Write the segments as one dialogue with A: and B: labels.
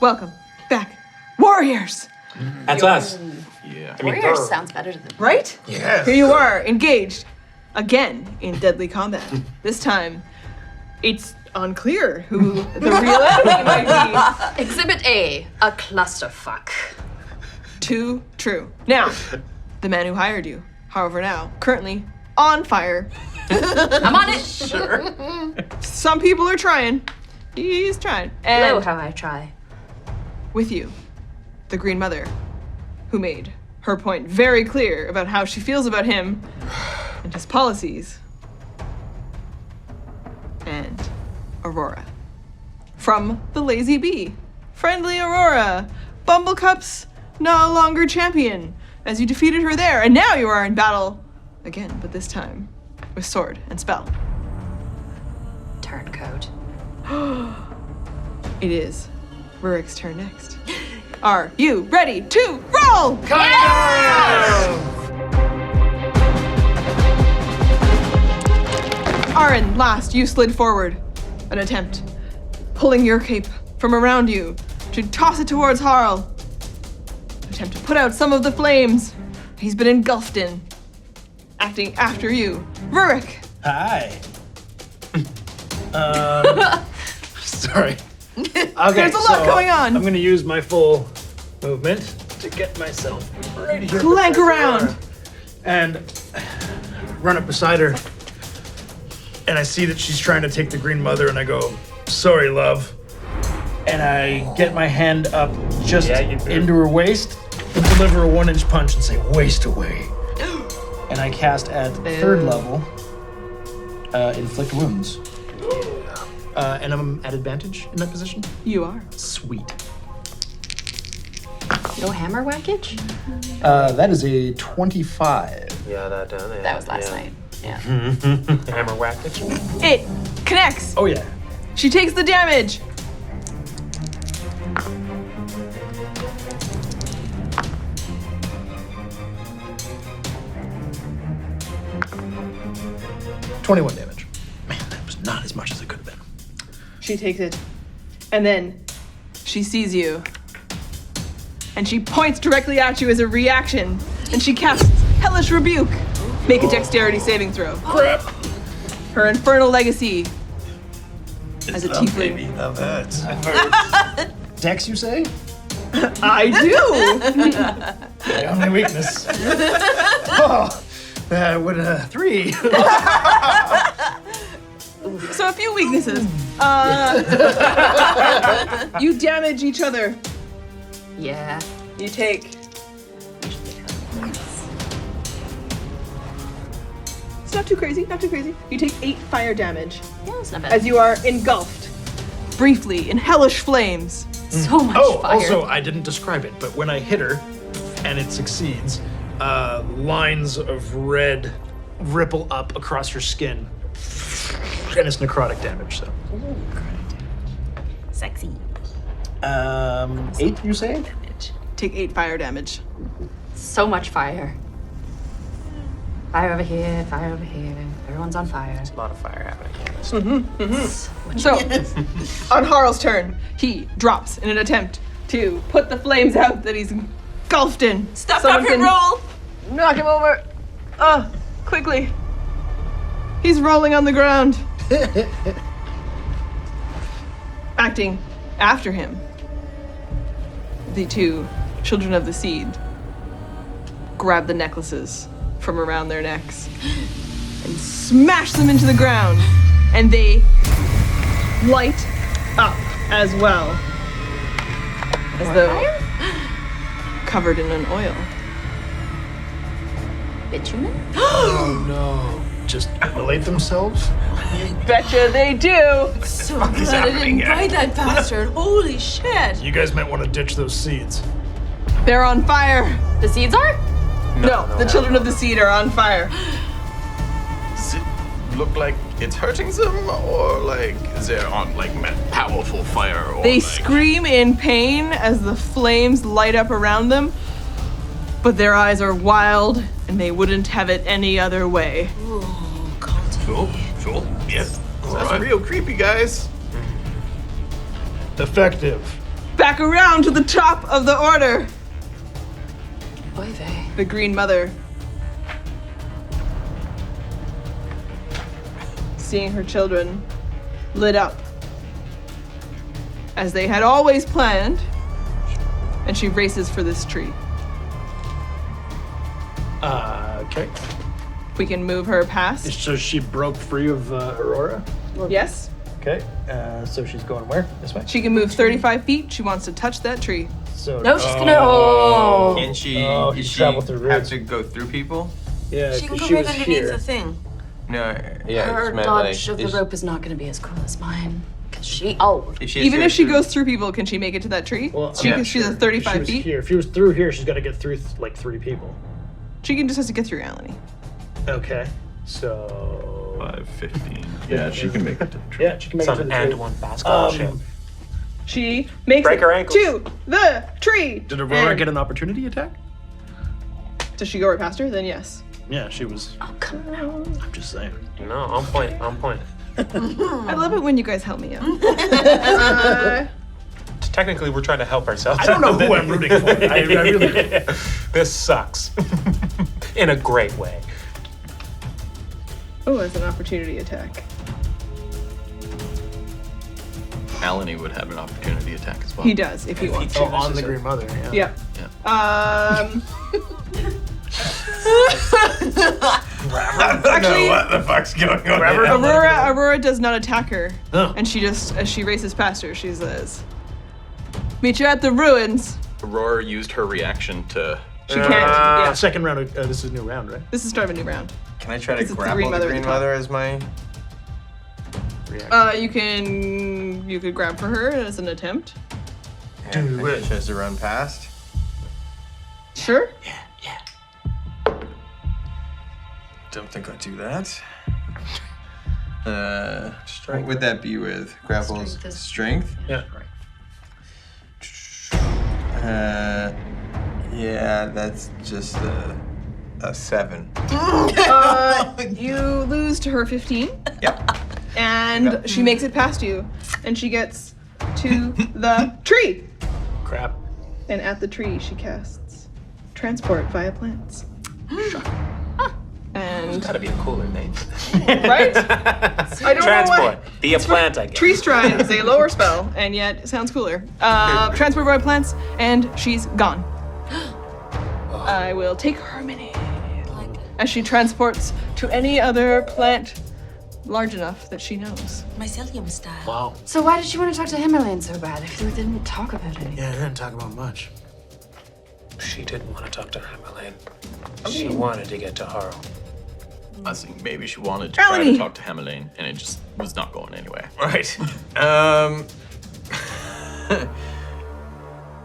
A: Welcome back, warriors.
B: That's us.
C: Yeah.
B: I mean,
D: Warrior
B: grr.
D: sounds better than
A: Right?
C: Yes.
A: Here you are, engaged again in deadly combat. This time, it's unclear who the real enemy might be.
D: Exhibit A, a clusterfuck.
A: Too true. Now, the man who hired you, however, now currently on fire.
D: I'm on it.
B: Sure.
A: Some people are trying. He's trying. And
D: Hello, how I try.
A: with you, the Green Mother, who made her point very clear about how she feels about him and his policies. And Aurora. From the Lazy Bee. Friendly Aurora, Bumblecup's no longer champion, as you defeated her there, and now you are in battle again, but this time with sword and spell.
D: Turncoat.
A: It is Rurik's turn next. Are you ready to roll? Arin, last, you slid forward. An attempt, pulling your cape from around you to toss it towards Harl. Attempt to put out some of the flames he's been engulfed in. Acting after you, Rurik.
E: Hi. um, sorry. Okay,
A: There's a lot
E: so
A: going on.
E: I'm gonna use my full movement to get myself right here.
A: Clank around.
E: And run up beside her. And I see that she's trying to take the green mother, and I go, "Sorry, love." And I get my hand up just
B: Yeah, you do.
E: into her waist, and deliver a one-inch punch, and say, "Waste away." and I cast at third
A: Boo.
E: level, uh, inflict wounds. Uh, and I'm at advantage in that position.
A: You are.
E: Sweet.
D: No hammer whackage?
E: Uh, that is a 25.
B: Yeah, that done
D: That was last night. Yeah.
C: Hmm.
B: night. Hammer whack it.
A: It connects.
E: Oh yeah.
A: She takes the damage.
E: Twenty-one damage. Man, that was not as much as it could have been.
A: She takes it. And then she sees you. And she points directly at you as a reaction. And she casts Hellish Rebuke. Make a dexterity saving throw.
E: Crap.
A: Her infernal legacy as a
E: Love,
A: tiefling.
E: love hurts. Dex, you say?
A: I do!
E: My only weakness. oh, that would uh, three.
A: so a few weaknesses. Uh, you damage each other.
D: Yeah.
A: You take. It's not too crazy, not too crazy. You take eight fire damage.
D: Yeah, it's not bad.
A: as you are engulfed briefly in hellish flames.
D: so much
E: Oh,
D: fire.
E: also, I didn't describe it, but when I hit her, and it succeeds, uh, lines of red ripple up across her skin, and it's necrotic damage. So,
D: Sexy.
E: um, eight, you say?
A: Take eight fire damage.
D: So much fire. Fire over here, fire over here. Everyone's on fire.
B: A lot of fire happening.
A: So, on Harl's turn, he drops in an attempt to put the flames out that he's engulfed in. Stop, Someone can
D: roll! Knock him over!
A: Uh, quickly. He's rolling on the ground. Acting after him, the two children of the seed grab the necklaces from around their necks and smash them into the ground, and they light up as well. As though covered in an oil.
D: Bitumen?
E: Oh no! Just immolate themselves?
A: Betcha they do!
F: So glad I didn't buy that bastard. Holy shit.
E: You guys might want to ditch those seeds.
A: They're on fire!
D: The seeds are?
A: No, Oh the children of the seed are on fire.
C: Does it look like it's hurting them, or like is there on like ma- powerful fire? Or,
A: They
C: like,
A: scream in pain as the flames light up around them, but their eyes are wild and they wouldn't have it any other way.
F: Oh, God.
C: Cool, cool. Yes. That's
B: right.
C: real creepy, guys.
E: Effective.
A: back around to the top of the order.
D: Oy vey.
A: The Green Mother. Seeing her children lit up as they had always planned, and she races for this tree.
E: Uh, okay.
A: We can move her past.
E: So she broke free of uh, Aurora.
A: Yes?
E: Okay. Uh, so she's going where? This way.
A: She can move 35 feet. She wants to touch that tree.
E: So
D: No, she's gonna. Oh.
C: Can she,
E: Oh,
C: does
E: you
C: she
E: travel through
C: have
E: roots.
C: to go through people?
E: yeah,
G: She can
E: 'cause
G: go
E: she
G: right
E: was
G: underneath
E: here.
G: the thing.
C: No, yeah,
D: Her
C: it's meant
D: dodge
C: like,
D: of
C: is-
D: the rope is not gonna be as cool as mine. Cause she old.
C: If she has to
A: Even
C: go
A: if she
C: through-
A: goes through people, can she make it to that tree?
E: Well,
A: she
E: I'm
A: can,
E: not
A: she's
E: sure.
A: at
E: If she
A: 35
E: was
A: feet.
E: Here. If she was through here, she's got to get through th- like three people.
A: She can just has to get through Alani.
E: Okay. So
H: 515. Yeah, she can make it to the tree.
E: yeah, she can make
I: It's
E: it to
I: an
E: the
I: and
E: tree.
I: one basketball
E: Um,
I: ship.
A: She makes
I: Break
A: it
I: her ankles.
A: to the tree.
E: Did Aurora
A: And-
E: get an opportunity attack?
A: Does she go right past her? Then yes.
E: Yeah, she was.
D: Oh come on.
E: I'm just saying.
I: No, on point, on point.
A: I love it when you guys help me out.
I: Technically, we're trying to help ourselves.
J: I don't know who I'm rooting for. I, I really don't.
I: this sucks. In a great way.
A: oh, that's an opportunity attack.
H: Alani would have an opportunity attack as well.
A: He does if he wants to.
E: Oh, on the Green Mother. Yeah.
A: Yep. Um. Actually,
H: what the fuck's going on? here?
A: Aurora, Aurora does not attack her,
E: No.
A: and she just as she races past her, she says, "Meet you at the ruins."
H: Aurora used her reaction to.
A: She can't. yeah.
E: Second round. Of, uh, this is new round, right?
A: This is start of a new round.
C: Can I try
A: Because it's
C: to
A: the
C: grapple
A: Green
C: the
A: Mother at the
C: green
A: top.
C: mother as my?
A: Uh, you can you could grab for her as an attempt.
C: Do it. She has to run past.
A: Sure.
C: Don't think I do that. Uh, what would that be with grapples?
D: Strength is-
C: Strength.
E: Yeah.
C: Uh, yeah, that's just a, a seven.
A: Uh, you lose to her 15.
C: Yep.
A: and she makes it past you, and she gets to the tree.
E: Crap.
A: And at the tree, she casts transport via plants. and
I: Gotta be a cooler name.
A: right, I don't know why.
I: Transport. Be a plant, I guess.
A: Tree stride is a lower spell, and yet it sounds cooler. Uh, transport via plants, and she's gone. I will take Harmony as she transports to any other plant large enough that she knows.
G: Mycelium style.
E: Wow.
D: So why did she want to talk to Himalayan so bad if they didn't talk about anything?
E: Yeah, I didn't talk about much.
I: She didn't want to talk to Hamelin. She wanted to get to Harl.
H: I think maybe she wanted to try
A: Alani.
H: to talk to Hamelin, and it just was not going anywhere.
C: Right. Um.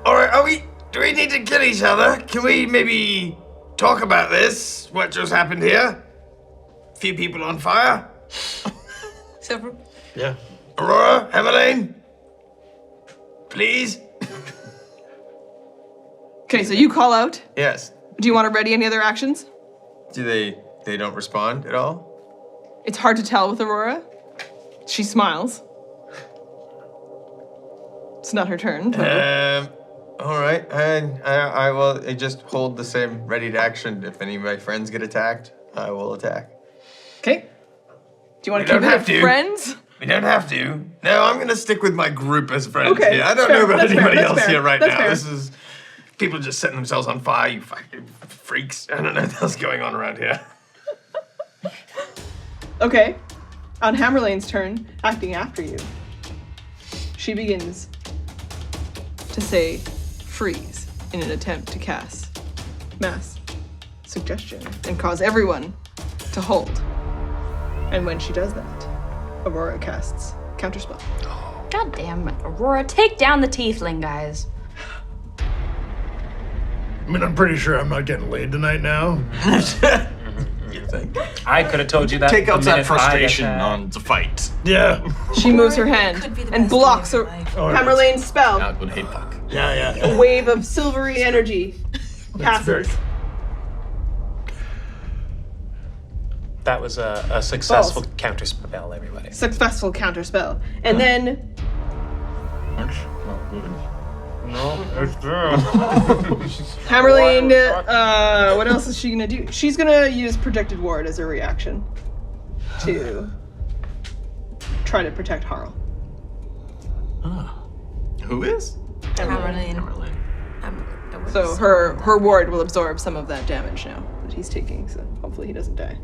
C: all right. Are we? Do we need to kill each other? Can we maybe talk about this? What just happened here? Few people on fire.
G: Several.
E: Yeah.
C: Aurora, Evelyn, please.
A: Okay, so you call out.
C: Yes.
A: Do you want to ready any other actions?
C: Do they? They don't respond at all.
A: It's hard to tell with Aurora. She smiles. It's not her turn. but-
C: Um. All right. I I, I will I just hold the same ready to action. If any of my friends get attacked, I will attack.
A: Okay. Do you want
C: We
A: to keep
C: don't
A: her
C: have to.
A: friends?
C: We don't have to. No, I'm gonna stick with my group as friends
A: Okay,
C: here. I
A: that's
C: don't
A: fair,
C: know about
A: that's fair,
C: anybody
A: that's
C: else
A: fair,
C: here right
A: that's
C: now.
A: fair.
C: This is people just setting themselves on fire. You fucking freaks. I don't know what else going on around here.
A: Okay. On Hammerlane's turn, acting after you, she begins to say freeze in an attempt to cast mass suggestion and cause everyone to hold. And when she does that, Aurora casts counterspell.
D: God damn it, Aurora, take down the tiefling, guys.
J: I mean, I'm pretty sure I'm not getting laid tonight now.
I: I could have told you that.
H: Take out
I: the minute I
H: that frustration
I: attacked.
H: on the fight.
J: Yeah.
A: She moves her
G: could
A: hand
G: be the
A: and
G: best
A: blocks
G: day of
A: her
G: my life.
A: Hammerlane's spell.
H: That would hate fuck.
J: Yeah,
A: A
J: yeah.
A: wave of silvery energy passes.
I: That was a, a successful
A: False.
I: counter spell, everybody.
A: Successful counterspell. And then
H: Aren't you- Not good.
B: No, it's true.
A: Hammerling, uh, what else is she gonna do? She's gonna use Protected Ward as a reaction to try to protect Harl.
C: Who is?
F: Hammerling.
I: Merlin.
F: I'm-
A: So her her ward will absorb some of that damage now that he's taking. So hopefully he doesn't die.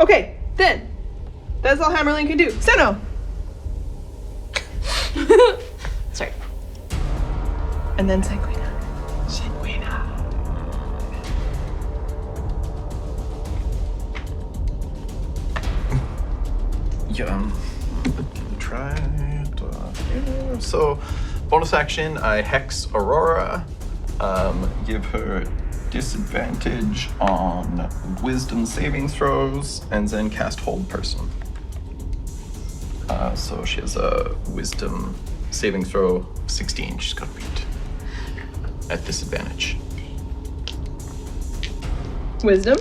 A: Okay, then that's all Hammerling can do. Seno,
D: Sorry.
A: and then Sanguina.
C: Yeah, um, try it. uh, yeah. So, bonus action, I hex Aurora, um, give her disadvantage on wisdom saving throws, and then cast hold person. Uh, so she has a wisdom saving throw 16. She's got to beat at disadvantage.
A: Wisdom.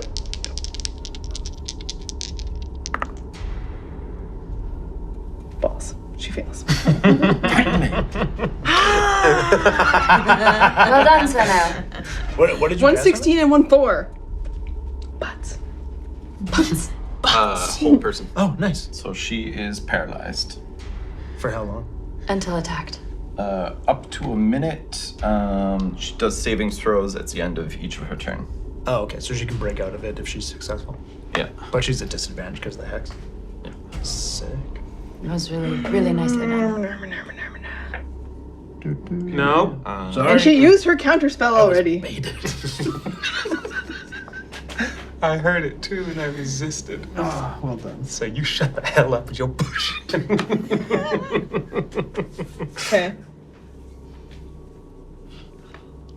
A: Balls. She fails.
D: Well done, Senna.
E: What, what did you
A: One
E: guess?
A: sixteen and one four. But
C: Uh, hold person.
I: Oh, nice.
C: So she is paralyzed.
I: For how long?
D: Until attacked.
C: uh, up to a minute. Um, she does savings throws at the end of each of her turn.
I: Oh, okay. So she can break out of it if she's successful.
C: Yeah.
I: But she's at disadvantage because of the hex. Sick.
D: That was really, really nicely done.
B: No.
A: and she used her counter spell already.
I: Made it.
B: I heard it too and I resisted.
I: Ah, well done. So you shut the hell up with your push.
A: Okay.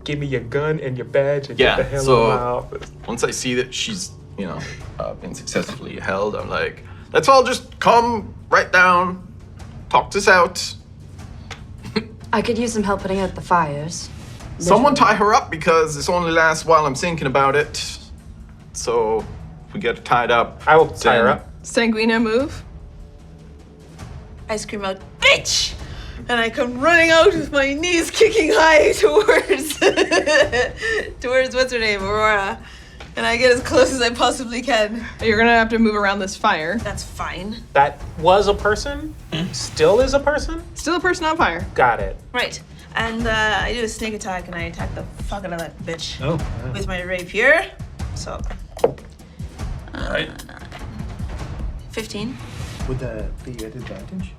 B: Give me your gun and your badge and
C: Yeah,
B: get the hell out
C: so-
B: of my office.
C: Once I see that she's, you know, uh, been successfully held, I'm like, let's all just come right down, talk this out.
D: I could use some help putting out the fires.
C: Someone tie her up because this only lasts while I'm thinking about it. So if we get her tied up.
B: I will tie her
C: then-
B: up.
A: Sanguina move.
F: I scream out, bitch! And I come running out with my knees kicking high towards towards what's her name, Aurora. And I get as close as I possibly can.
A: You're gonna have to move around this fire.
F: That's fine.
B: That was a person,
A: Hmm?
B: still is a person.
A: Still a person on fire.
B: Got it.
F: Right. And uh, I do a sneak attack and I attack the fuck out of that bitch
I: Oh,
F: with my rapier. So. Uh, 15.
I: would that be at advantage?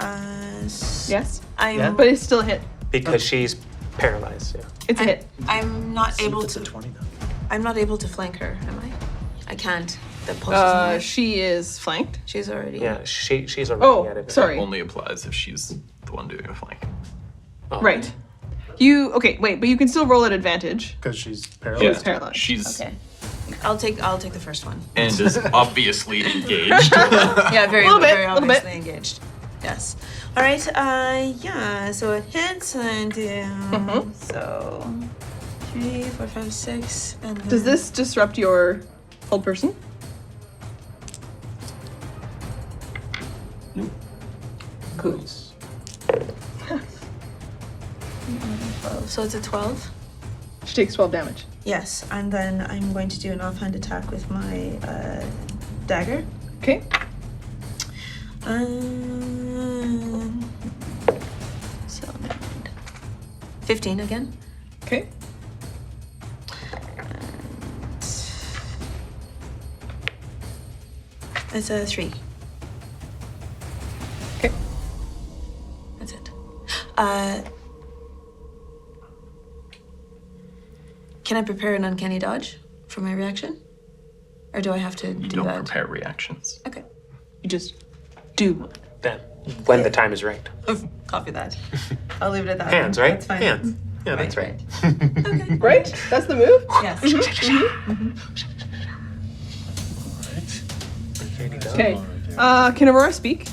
F: Uh, s-
A: Yes.
F: I'm,
I: Yeah.
A: But it's still a hit.
B: Because
A: Oh.
B: she's paralyzed. Yeah.
A: It's a
F: I'm,
A: hit.
F: I'm not able
I: It's a
F: to.
I: twenty though.
F: I'm not able to flank her, am I? I can't. The post
A: Uh,
F: is
A: she is flanked.
F: She's already.
B: Yeah. She she's already at
A: Oh,
B: it.
A: sorry.
C: Only applies if she's the one doing a flank.
A: Right. You okay? Wait, but you can still roll at advantage.
I: Because she's paralyzed.
A: paralyzed.
C: She's
F: Okay. I'll take. I'll take the first one.
C: and is obviously engaged.
F: Yeah, very,
A: Little bit,
F: very
A: little bit.
F: obviously engaged. Yes. All right. Uh, yeah. So it hits and um,
A: Mm-hmm.
F: so three, four, five, six, and then
A: Does this disrupt your old person?
F: twelve? So it's a twelve.
A: She takes twelve damage.
F: Yes, and then I'm going to do an offhand attack with my uh, dagger.
A: Okay.
F: Um, so never mind. fifteen again.
A: Okay.
F: It's a three.
A: Okay.
F: That's it. Uh, can I prepare an uncanny dodge for my reaction? Or do I have to
C: you
F: do
C: don't
F: that?
C: prepare reactions.
F: Okay.
A: You just do.
B: Then when the time is right.
F: Copy that. I'll leave it at that.
B: Hands, right?
F: That's fine.
B: Hands. Yeah, that's right.
F: Okay.
A: Right. That's the move.
F: Yes.
A: Okay. Uh, can Aurora speak?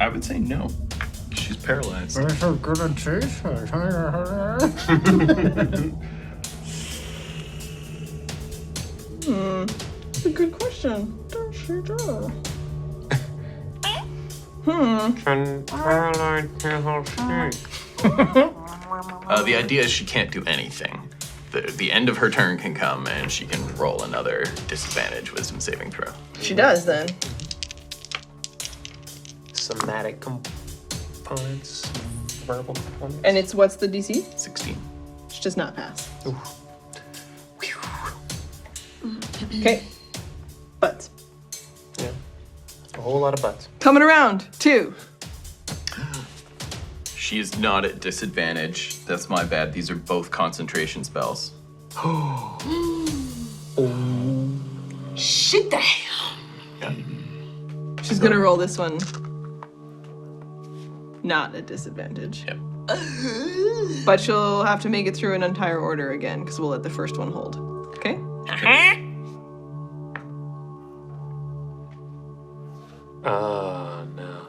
C: I would say no. She's paralyzed.
A: That's a good question. Does she do?
B: Can Caroline tell her sheep?
C: Uh, the idea is she can't do anything. The, the end of her turn can come and she can roll another disadvantage wisdom saving throw.
A: She does then.
I: Somatic components, verbal components.
A: And it's what's the DC?
C: 16.
A: She does not pass. Okay. But
I: Yeah. A whole lot of butts.
A: coming around, two.
C: She is not at disadvantage. That's my bad. These are both concentration spells.
F: Shit the hell.
A: She's gonna roll this one. Not at disadvantage.
C: Yep.
A: But she'll have to make it through an entire order again because we'll let the first one hold. Okay?
I: Oh, no.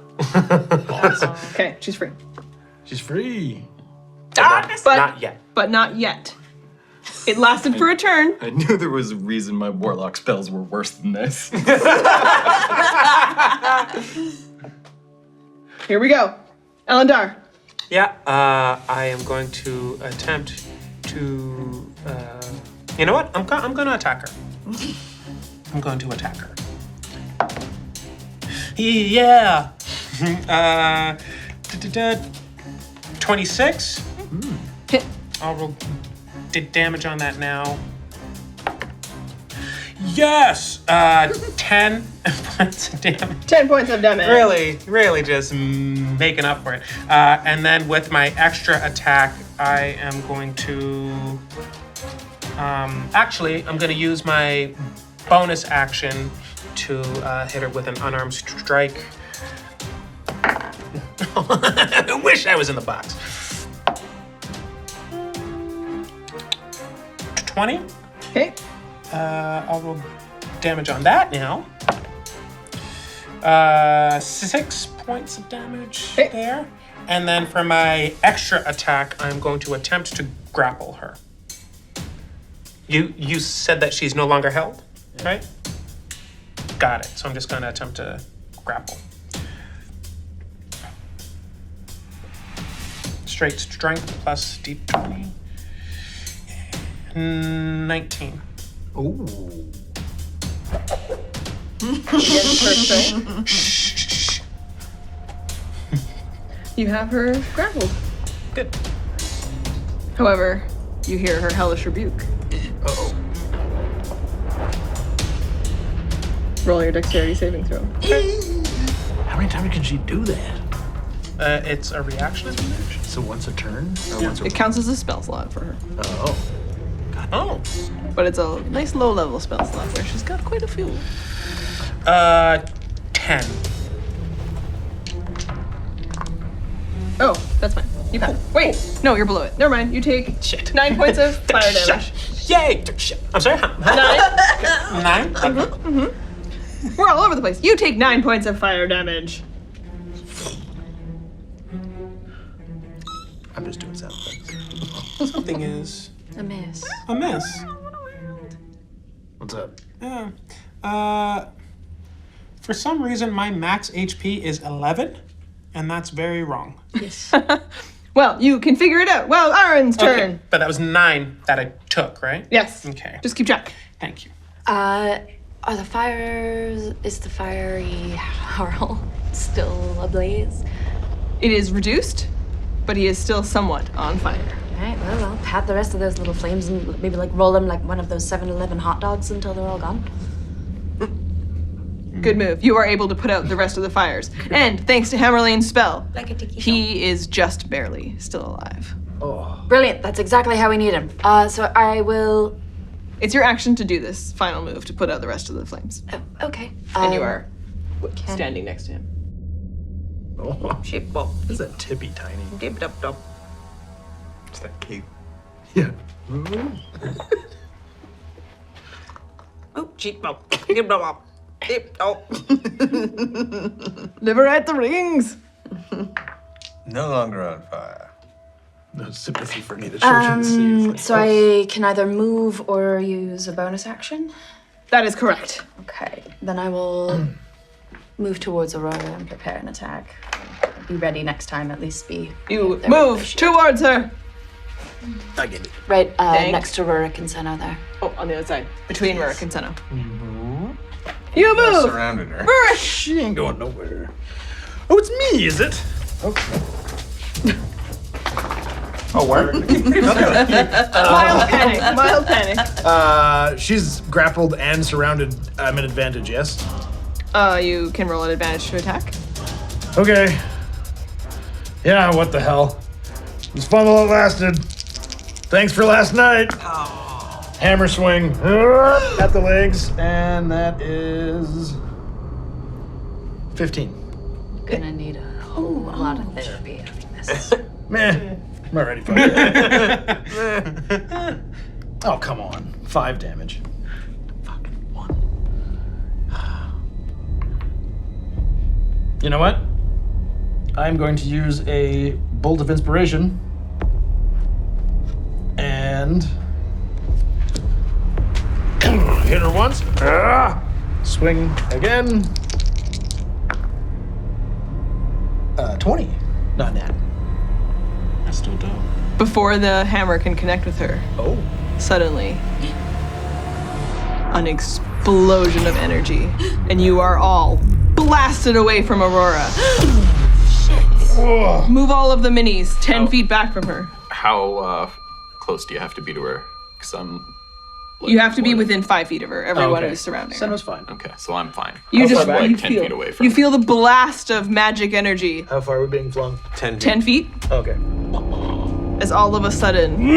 A: Okay, she's free.
E: She's free.
A: But
I: Not yet.
A: but not yet. It lasted for a turn.
C: I knew there was a reason my warlock spells were worse than this.
A: Here we go. Elendar.
I: Yeah, uh, I am going to attempt to. Uh, you know what? I'm, go- I'm going to attack her. I'm going to attack her. Yeah. uh, da-da-da. 26.
A: Hit.
I: I'll roll d- damage on that now. Yes. Uh, 10 points of damage.
A: Ten points of damage.
I: Really, really just mm, making up for it. Uh, and then with my extra attack, I am going to. Um, actually, I'm going to use my bonus action to uh, hit her with an unarmed strike. I wish I was in the box. 20?
A: Okay.
I: Uh, I'll roll damage on that now. Uh, six points of damage
A: Okay.
I: there. And then for my extra attack, I'm going to attempt to grapple her. You you said that she's no longer held, right? Got it. So I'm just going to attempt to grapple. Straight strength plus d20. 19.
E: Ooh.
A: Perfect. you have her grappled.
I: Good.
A: However, you hear her hellish rebuke.
C: oh.
A: Roll your dexterity saving throw.
E: How many times can she do that?
I: Uh, it's a reaction.
E: So once a turn? Or once a
A: It counts as a spell slot for her.
E: Oh.
I: Oh.
A: But it's a nice low level spell slot where she's got quite a few.
I: Uh, 10.
A: Oh, that's fine. You pass. Wait, no, you're below it. Never mind. You take
I: Shit.
A: nine points of fire damage.
I: Yay! Shit. I'm sorry. huh?
A: Nine.
I: 9 Okay.
A: We're all over the place. You take nine points of fire damage.
I: I'm just doing sound effects. Something is
D: A miss.
I: amiss.
E: What's up?
I: Yeah. Uh, for some reason, my max HP is 11, and that's very wrong.
A: Well, you can figure it out. Well, Aaron's turn.
I: Okay, But that was 9 that I took, right?
A: Yes.
I: Okay.
A: Just keep track.
I: Thank you.
D: Uh, are the fires? Is the fiery Harl still ablaze?
A: It is reduced, but he is still somewhat on fire.
D: All right. Well, I'll pat the rest of those little flames and maybe like roll them like one of those 7-Eleven hot dogs until they're all gone.
A: Good move. You are able to put out the rest of the fires. And thanks to Hammerlane's spell,
F: Like a tiki
A: he is just barely still alive.
D: Brilliant. That's exactly how we need him. Uh, so I will.
A: It's your action to do this final move to put out the rest of the flames.
D: Oh, okay.
A: And you
D: Um,
A: are w- standing next to him.
E: Oh,
F: Shape bop.
E: is that tippy tiny?
F: Dip dop dop.
I: Is that cute?
E: Yeah.
F: Oh, cheek bop. Dip dop bop. Dip dop.
A: Liberate the rings!
K: No longer on fire.
E: No sympathy for neither children. see, it's like,
D: So I can either move or use a bonus action.
A: That is correct.
D: Okay. Then I will move towards Aurora and prepare an attack. Be ready next time, at least be
A: You
D: there with
A: move
D: the shield.
A: towards her.
E: I get it.
D: right uh,
A: Thanks.
D: next to Aurora Kinsena there.
A: Oh, on the other side, between Rurik and Senna. You move,
K: Mm-hmm. Surrounded her.
A: Rurik.
E: She ain't going nowhere. Oh, it's me, is it? Okay.
K: Oh, where?
A: Mild panic. Mild panic.
E: Uh, she's grappled and surrounded. I'm an advantage, yes?
A: Uh, you can roll an advantage to attack.
E: Okay. Yeah, what the hell? It was fun while it lasted. Thanks for last night. Hammer swing uh, at the legs, and that is 15.
D: Gonna need a whole lot of therapy after this.
E: Meh. I'm already fucked. oh, come on. Five damage. Fucking one. You know what? I'm going to use a bolt of inspiration. And. Hit her once. Ah! Swing again. Uh, 20. Not that.
I: That's still dope.
A: Before the hammer can connect with her,
E: Oh.
A: suddenly an explosion of energy, and you are all blasted away from Aurora. Move all of the minis 10
K: Oh.
A: feet back from her.
C: How uh, close do you have to be to her? Because I'm. like,
A: You have to be
C: one-
A: within five feet of her. Everyone
K: Oh,
A: who's surrounding
E: Sen
A: her.
E: was fine.
C: Okay, so I'm fine.
A: You just
E: back?
A: you
C: Like 10
A: feel,
C: feet away from
A: you
C: her.
A: feel the blast of magic energy.
E: How far are we being flung?
I: Ten.
A: 10 feet
E: Okay.
A: as all of a sudden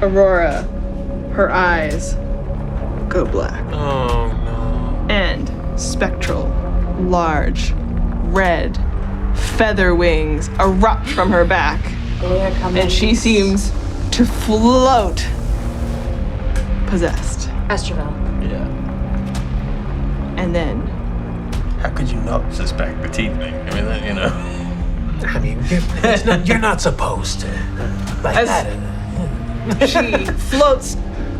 A: Aurora, her eyes go black.
I: Oh no.
A: and spectral, large, red feather wings erupt from her back,
D: They're coming.
A: and she seems to float possessed.
D: Astrovel.
C: Yeah.
A: And then
K: How could you not suspect the teeth thing? I mean, that, you know.
B: I mean, you're, it's not, you're not supposed to. Like
A: As-
B: that.
A: she floats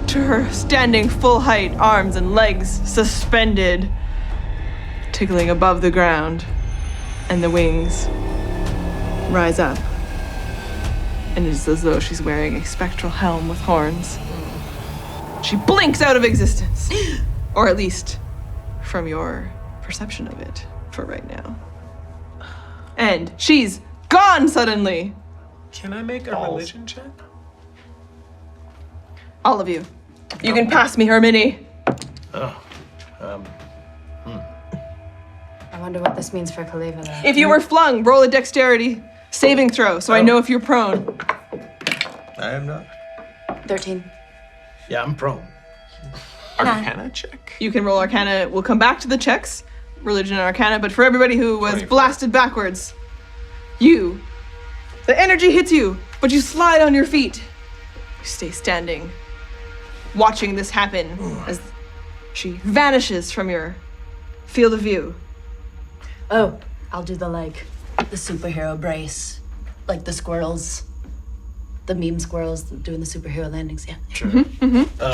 A: to her standing full height, arms and legs suspended, tickling above the ground, and the wings rise up. And it is as though she's wearing a spectral helm with horns. She blinks out of existence, or at least from your perception of it for right now. And she's gone suddenly!
I: Can I make a religion check?
A: All of you. You can pass me her mini.
D: I wonder what this means for Kaleva though.
A: If you were flung, roll a dexterity saving throw so I know if you're prone.
K: I am not.
D: 13.
E: Yeah, I'm prone.
C: Arcana check?
A: You can roll arcana. We'll come back to the checks, religion and arcana, but for everybody who was
C: 24.
A: blasted backwards, you, the energy hits you, but you slide on your feet. You stay standing, watching this happen as she vanishes from your field of view.
D: Oh, I'll do the like the superhero brace, like the squirrels, the meme squirrels doing the superhero landings. Yeah.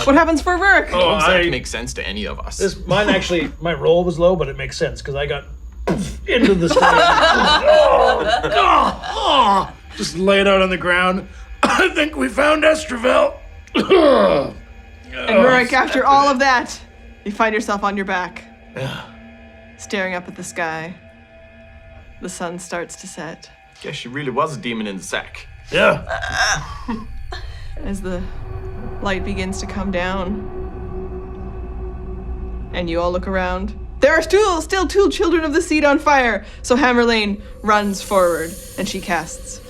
A: what happens for Rurik?
E: Oh,
C: Does that
E: I,
C: make sense to any of us?
E: this, mine actually, my roll was low, but it makes sense because I got into the stage. oh, God, oh. just laid out on the ground. I think we found Estravel.
A: And Rurik, after all of that, you find yourself on your back. Staring up at the sky. The sun starts to set
C: Guess she really was a demon in the sack.
E: yeah.
A: as the light begins to come down. And you all look around. There are still still two children of the seed on fire. So Hammerlane runs forward and she casts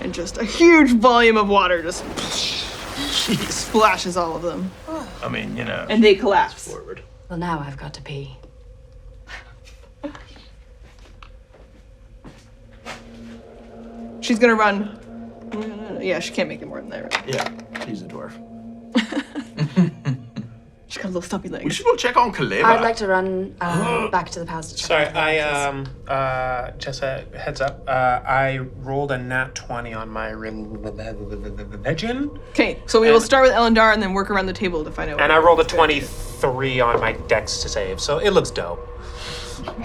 A: and just a huge volume of water just splashes all of them
K: I mean, you know.
A: and they collapse.
E: Forward.
D: Well, now I've got to pee.
A: She's gonna run. Yeah, she can't make it more than that, right?
E: Yeah, he's a dwarf.
A: She little stumpy legs.
C: We should go check on Kaleva.
D: I'd like to run uh, back to the palace to check.
I: Sorry,
D: on the
I: I
D: necklace.
I: um uh just a heads up. Uh, I rolled a nat twenty on my religion,
A: Okay, so we will start with Elendar and then work around the table to find out.
I: and I rolled a twenty three on my dex to save. So it looks dope.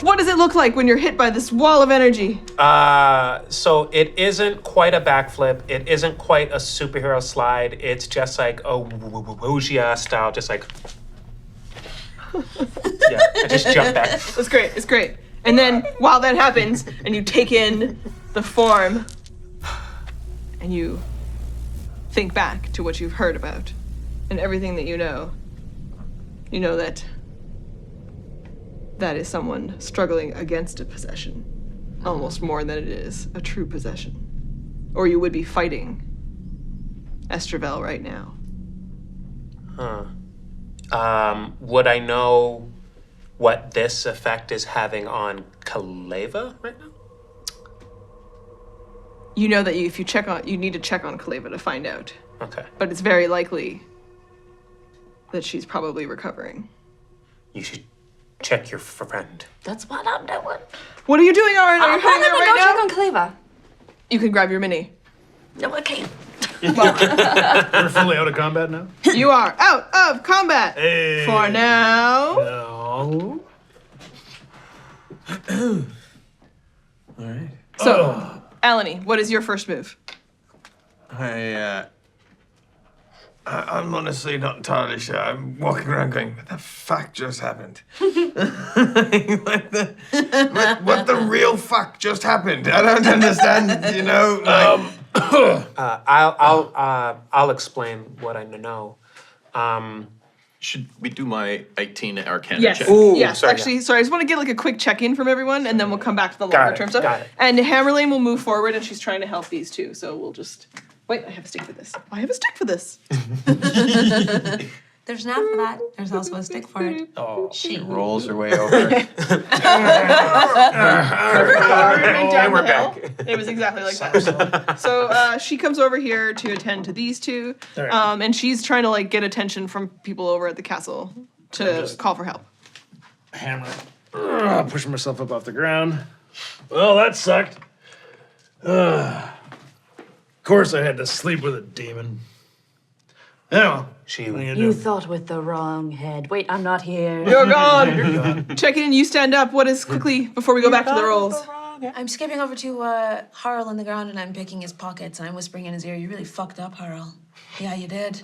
A: what does it look like when you're hit by this wall of energy?
I: Uh, so it isn't quite a backflip. It isn't quite a superhero slide. It's just like a wuja style, just like. yeah, I just jump back.
A: It's great. It's great. And then while that happens, and you take in the form, and you think back to what you've heard about and everything that you know, you know that that is someone struggling against a possession, almost more than it is a true possession. Or you would be fighting Estravel right now.
I: Huh. Um, would I know what this effect is having on Kaleva right now?
A: You know that you, if you check on, you need to check on Kaleva to find out.
I: Okay.
A: but it's very likely that she's probably recovering.
I: You should check your friend.
D: That's what I'm doing.
A: What are you doing, Aaron? Are
D: I'm
A: you hanging out
D: gonna go
A: right now?
D: check on Kaleva.
A: You can grab your mini.
D: No, I can't.
E: We're fully out of combat now.
A: You are out of combat
E: Hey.
A: for now.
E: No.
I: Oh.
A: So, Alani, what is your first move?
K: I, uh,
L: I- I'm honestly not entirely sure. I'm walking around going, what the fuck just happened? like the, what, what the real fuck just happened? I don't understand, you
C: Um,
L: know? Like,
I: Uh, I'll I'll uh, I'll explain what I know. Um,
C: Should we do my 18 Arcana check?
I: Ooh,
A: yes.
I: sorry,
A: Actually, sorry. I just want to get like a quick check-in from everyone, and then we'll come back to the
I: Got
A: longer
I: it,
A: term stuff.
I: got it.
A: And Hammerlane will move forward, and she's trying to help these two. So we'll just wait. I have a stick for this. I have a stick for this.
F: There's not for that. There's also a stick for it.
K: oh, she
F: She-
K: rolls her way over.
A: and
I: we're
A: It was exactly like that. So uh, she comes over here to attend to these two,
E: right.
A: um, and she's trying to like get attention from people over at the castle to call for help.
E: Hammer. Ugh, pushing myself up off the ground. Well, that sucked. Ugh. Of course, I had to sleep with a demon. Yeah.
I: she
D: You thought with the wrong head. Wait, I'm not here.
A: You're gone. Check in. You stand up. What is quickly before we go back to the rolls?
F: I'm skipping over to uh, Harl on the ground and I'm picking his pockets and I'm whispering in his ear, You really fucked up, Harl. Yeah, you did.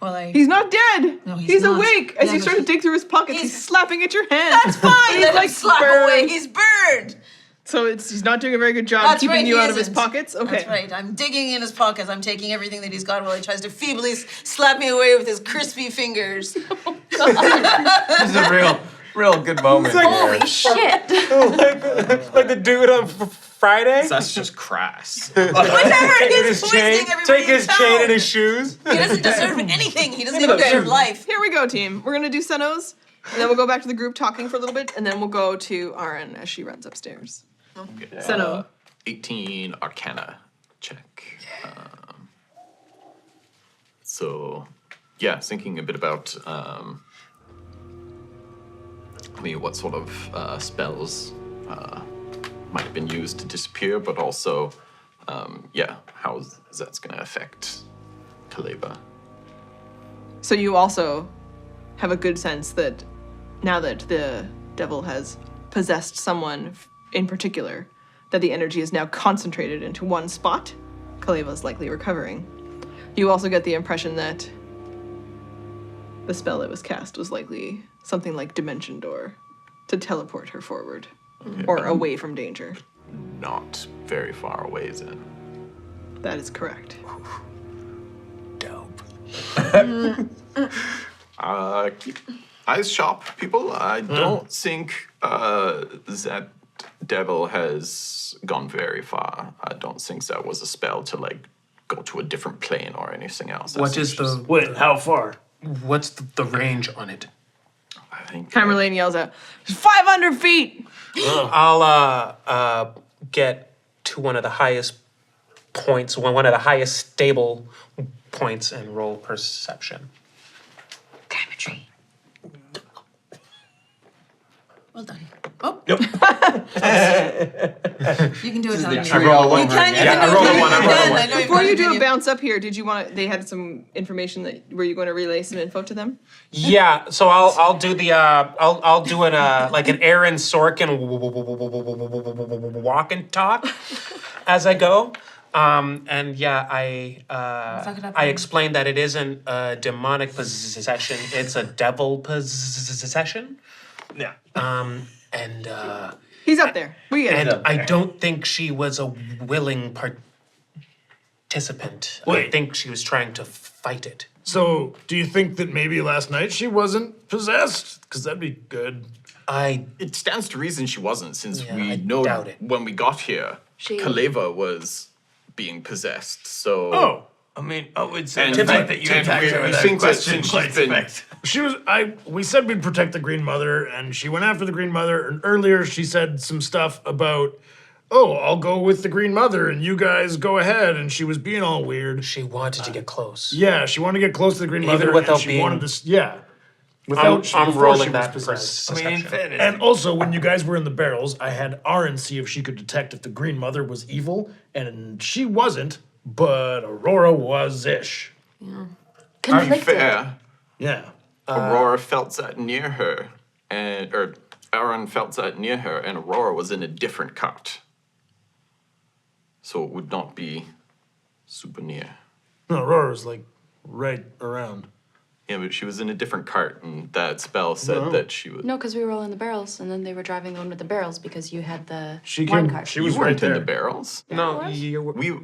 F: Well, I.
A: He's not dead.
F: No, he's not.
A: awake. As
F: Yeah,
A: you
F: no,
A: start to
F: he-
A: dig through his pockets, he's,
F: he's-
A: slapping at your hand.
F: That's fine!
A: He's
F: Let
A: like
F: him slap
A: burned.
F: away. He's burned!
A: So it's he's not doing a very good job
F: That's
A: keeping
F: right,
A: you
F: he
A: out of his
F: isn't.
A: pockets. Okay.
F: That's right. I'm digging in his pockets. I'm taking everything that he's got while he tries to feebly s- slap me away with his crispy fingers.
K: this is a real, real good moment. here.
D: Holy shit.
I: like, like the dude on f- Friday.
C: That's just crass.
F: Whatever it
I: Take
F: is,
I: his
F: poisoning
I: chain,
F: everybody
I: take
F: in
I: his chain
F: town.
I: and his shoes.
F: He doesn't deserve anything. He doesn't even deserve life.
A: Here we go, team. We're gonna do Senos, and then we'll go back to the group talking for a little bit, and then we'll go to Arin as she runs upstairs. Seno.
C: 18 Uh, Arcana check. Um, so, yeah, thinking a bit about um, I mean, what sort of uh, spells uh, might have been used to disappear, but also, um, yeah, how is- that's going to affect Kaleva.
A: So you also have a good sense that now that the devil has possessed someone f- in particular, that the energy is now concentrated into one spot. Kaleva's likely recovering. You also get the impression that the spell that was cast was likely something like Dimension Door to teleport her forward or away from danger.
C: Not very far away, is it?
A: That is correct.
C: Uh, keep eyes sharp, people. I
I: Hmm.
C: don't think uh, that devil has gone very far. I don't think that was a spell to like go to a different plane or anything else.
I: What is the
E: Wait, how far?
I: what's the, the range on it?
C: I think
A: Hammerlane yells out, 500 feet!
I: I'll uh, uh, get to one of the highest points, one one of the highest stable points, and roll perception.
D: Cabotry.
F: Well done. Oh,
B: Nope.
F: you can do it. Tony. You
K: I roll one.
F: can, you
K: Yeah,
F: can
K: I
F: do
K: roll
F: it.
K: a
F: You're done.
K: one. I roll a
F: I
K: one.
F: know you've
A: Before
F: got
A: you
F: it
A: do
F: in
A: a
F: you.
A: bounce up here, did you want? They had some information that were you going to relay some info to them?
I: Yeah, so I'll I'll do the uh I'll I'll do an uh like an Aaron Sorkin walk and talk as I go. Um and yeah, I
F: Fuck it
I: uh
F: up,
I: I
F: man.
I: explained that it isn't a demonic possession, it's a devil possession.
B: Yeah.
I: Um and uh
A: He's up there. We get
I: and
A: it.
I: I don't think she was a willing participant. I
E: Wait.
I: think she was trying to fight it.
E: So, do you think that maybe last night she wasn't possessed? Because that'd be good.
I: I
C: It stands to reason she wasn't, since
I: Yeah,
C: we
I: I
C: know
I: doubt it.
C: when we got here,
D: She-
C: Kaleva was being possessed. So
E: Oh,
L: I mean, I would say
C: And
L: the fact
C: like,
L: that you
C: and
L: attacked
C: we-
L: her
C: we
L: without
C: think that
L: question,
C: since
L: quite
C: she's been-
L: suspect.
E: she was. I. We said we'd protect the Green Mother, and she went after the Green Mother. And earlier, she said some stuff about, "Oh, I'll go with the Green Mother, and you guys go ahead." And she was being all weird.
I: she wanted to get close.
E: Yeah, she wanted to get close to the Green
I: Even
E: Mother,
I: without
E: and she
I: being-
E: wanted to. s- Yeah,
I: I'm,
E: without.
I: I'm
E: before she was
I: rolling that
E: possessed.
I: perception.
L: I mean, in fairness,
E: And also, when you guys were in the barrels, I had Arin see if she could detect if the Green Mother was evil, and she wasn't, but Aurora was ish.
C: to be
D: Conflicted.
C: fair,
E: Yeah.
C: Aurora felt that near her, and or Aaron felt that near her, and Aurora was in a different cart. So it would not be super near.
E: No, Aurora was like right around.
C: Yeah, but she was in a different cart, and that spell said that she was.
D: No, because we were all in the barrels, and then they were driving on with the barrels because you had the
E: She
D: wine
E: came.
D: cart.
E: She
C: You
E: was right
C: weren't in
E: there.
C: the barrels.
I: No, you were.
C: We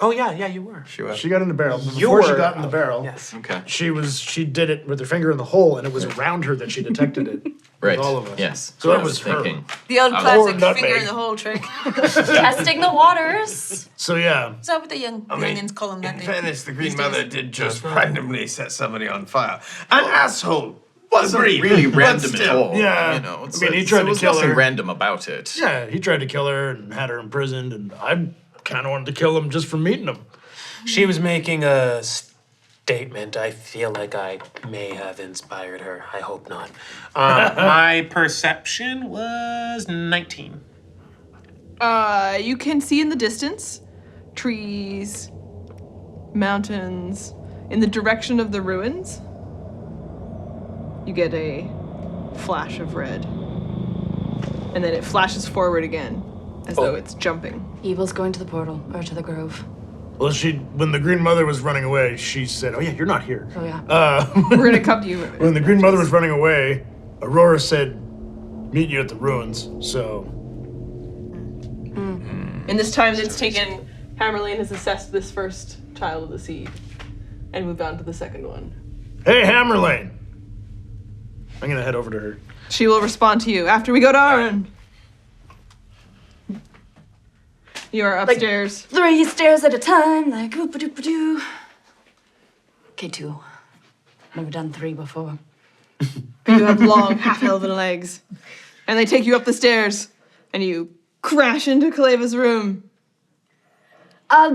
I: Oh yeah, yeah, you were.
E: she got in the barrel. Before she
I: were
E: got in the barrel,
I: Yes.
C: okay.
E: she was. She did it with her finger in the hole, and it was around her that she detected it.
C: Right.
E: all of us.
C: Yes.
E: So that
C: I
E: was her.
F: The old
E: Or
F: classic finger
E: nutmeg.
F: in the hole trick.
D: Testing the waters.
E: So yeah,
F: Is that what the young youngins call them
L: in
F: that day?
L: fairness, the Green
F: These
L: Mother
F: days.
L: did just randomly set somebody on fire. An asshole.
C: Wasn't
L: Agreed.
C: really
L: But
C: random at
L: still.
C: all.
E: Yeah.
C: You know, it's
E: I mean, he
C: it's-
E: tried
C: there
E: to
C: was
E: kill
C: nothing
E: her.
C: random about it.
E: yeah. He tried to kill her and had her imprisoned, and I kind of wanted to kill him just for meeting him.
I: She was making a statement. I feel like I may have inspired her. I hope not. Um, my perception was 19.
A: Uh, you can see in the distance trees, mountains, in the direction of the ruins. You get a flash of red. And then it flashes forward again as though it's jumping.
D: Evil's going to the portal or to the grove.
E: Well, she when the Green Mother was running away, she said, "Oh yeah, you're not here." Uh,
D: Oh yeah.
A: We're gonna come to you.
E: When the Green Mother was running away, Aurora said, "Meet you at the ruins." So
A: And this time it's taken, Hammerlane has assessed this first child of the seed and moved on to the second one.
E: Hey, Hammerlane! I'm gonna head over to her.
A: She will respond to you after we go to Aaron. You are upstairs.
D: Three stairs at a time, like oopa doopa doo. Okay, two. Never done three before.
A: but you have long half elven legs. And they take you up the stairs, and you crash into Kaleva's room.
D: Uh,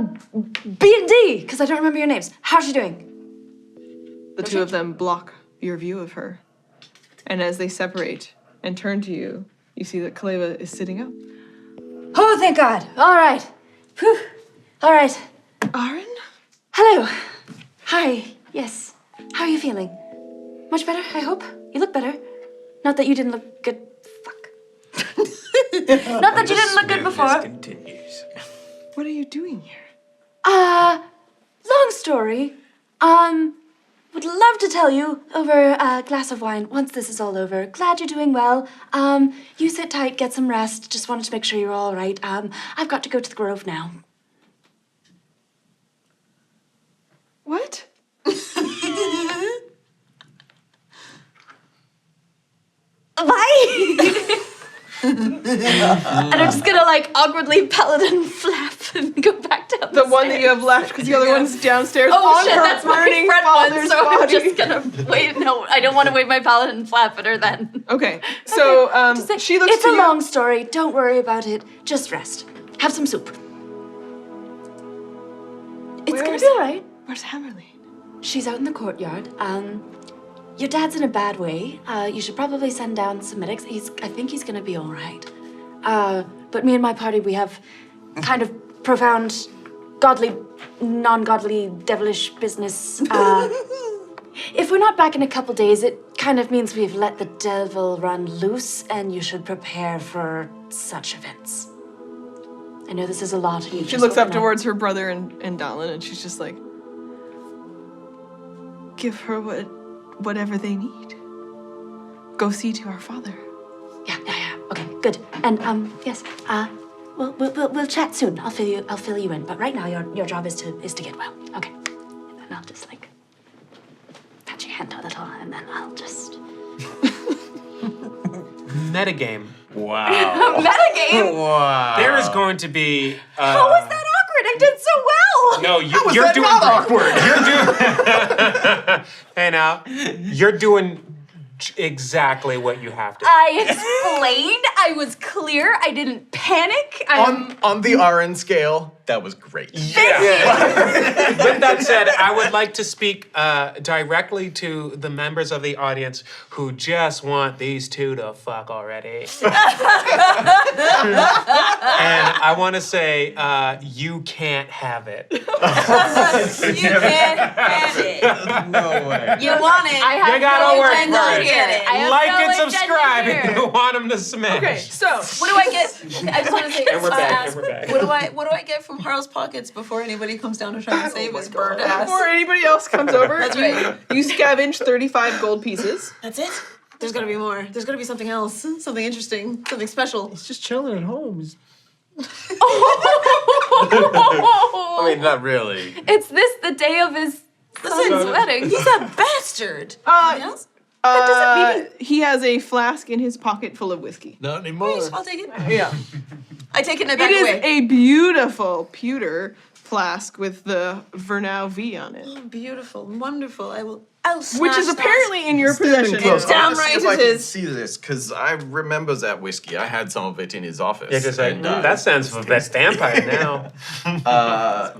D: B and D, because I don't remember your names. How's she doing?
A: The two of them block your view of her. And as they separate and turn to you, you see that Kaleva is sitting up.
D: Oh, thank God. All right. Phew. All right.
A: Aaron?
D: Hello. Hi. Yes. How are you feeling? Much better, I hope? You look better. Not that you didn't look good. Fuck. Not that you didn't look good before.
L: Continues.
A: What are you doing here?
D: Uh, long story. Um, would love to tell you over a glass of wine once this is all over. Glad you're doing well. Um, you sit tight, get some rest. Just wanted to make sure you're all right. Um, I've got to go to the grove now.
A: What?
D: Bye! and I'm just gonna like awkwardly paladin flap and go back down
A: The one that you have left, because the other one's downstairs
D: Oh
A: on
D: shit,
A: her
D: that's my
A: burning
D: front one,
A: father's
D: so I'm
A: body.
D: just gonna wait. No, I don't want to wave my paladin flap at her then.
A: Okay, so um,
D: Just say,
A: she looks
D: It's
A: to
D: a
A: you-
D: long story. Don't worry about it. Just rest. Have some soup. It's
A: Where
D: gonna
A: is
D: be
A: it?
D: all right.
A: Where's Hammerlane?
D: She's out in the courtyard. Um,
K: Your dad's in a bad way. Uh, you should probably send down some medics. He's, I think he's gonna be all right. Uh, but me and my party, we have kind of profound, godly, non-godly, devilish business. Uh, if we're not back in a couple days, it kind of means we've let the devil run loose, and you should prepare for such events. I know this is a lot. and you
A: She
K: just
A: looks up
K: opened
A: towards her brother and, and Donlin, and she's just like, give her what, whatever they need. Go see to our father.
K: Yeah, yeah, yeah. Okay, good. And um, yes. Uh, we'll we'll, we'll, we'll chat soon. I'll fill you I'll fill you in. But right now, your your job is to is to get well. Okay. And then I'll just like pat your hand a little, and then I'll just.
I: Metagame.
D: Wow.
K: Metagame.
D: wow.
I: There is going to be. Uh,
K: How was Oh, that awkward? I did so well.
I: No, you, you're doing awkward. You're doing. hey now, you're doing j- exactly what you have to. do.
K: I explained. I was clear. I didn't panic. I'm
C: On on the RN scale, that was great.
I: With that said, I would like to speak uh, directly to the members of the audience who just want these two to fuck already. and I want to say, uh, you can't have it.
F: You can't have it.
D: no way.
F: You want it.
K: I have
I: Oh, You gotta
K: no
I: work
K: agenda
I: for it.
K: here. I have
I: like
K: no
I: and
K: agenda
I: subscribe
K: here.
I: if you want them to smash.
A: Okay, so
F: What do I get?
K: I just want to say.
I: And we're
K: uh,
I: back. And we're back.
F: What do I what do I get from Harl's pockets before anybody comes down to
I: Oh
F: try and save his burned ass?
A: before anybody else comes over,
F: That's
A: you,
F: right.
A: you scavenge 35 gold pieces.
F: That's it. There's gotta be more. There's gotta be something else. Something interesting. Something special.
L: He's just chilling at home. He's
D: I mean, not really.
K: It's this the day of his son's wedding.
F: He's a bastard. Anything
A: Uh,
F: else?
A: uh, he has a flask in his pocket full of whiskey.
D: Not anymore.
F: I'll take it.
A: Yeah.
F: I take it and I
A: It
F: back
A: is
F: away.
A: a beautiful pewter flask with the Vernau V on it,
F: Beautiful, wonderful. I will. I'll
A: which is
F: smash that.
A: apparently in your possession.
C: Close.
A: now.
C: I wanna see
F: Downright
C: if I
F: it
C: can
F: is.
C: See this because I remember that whiskey. I had some of it in his office.
I: Yeah, 'cause I-
C: and, uh,
I: that sounds for best vampire now.
C: uh,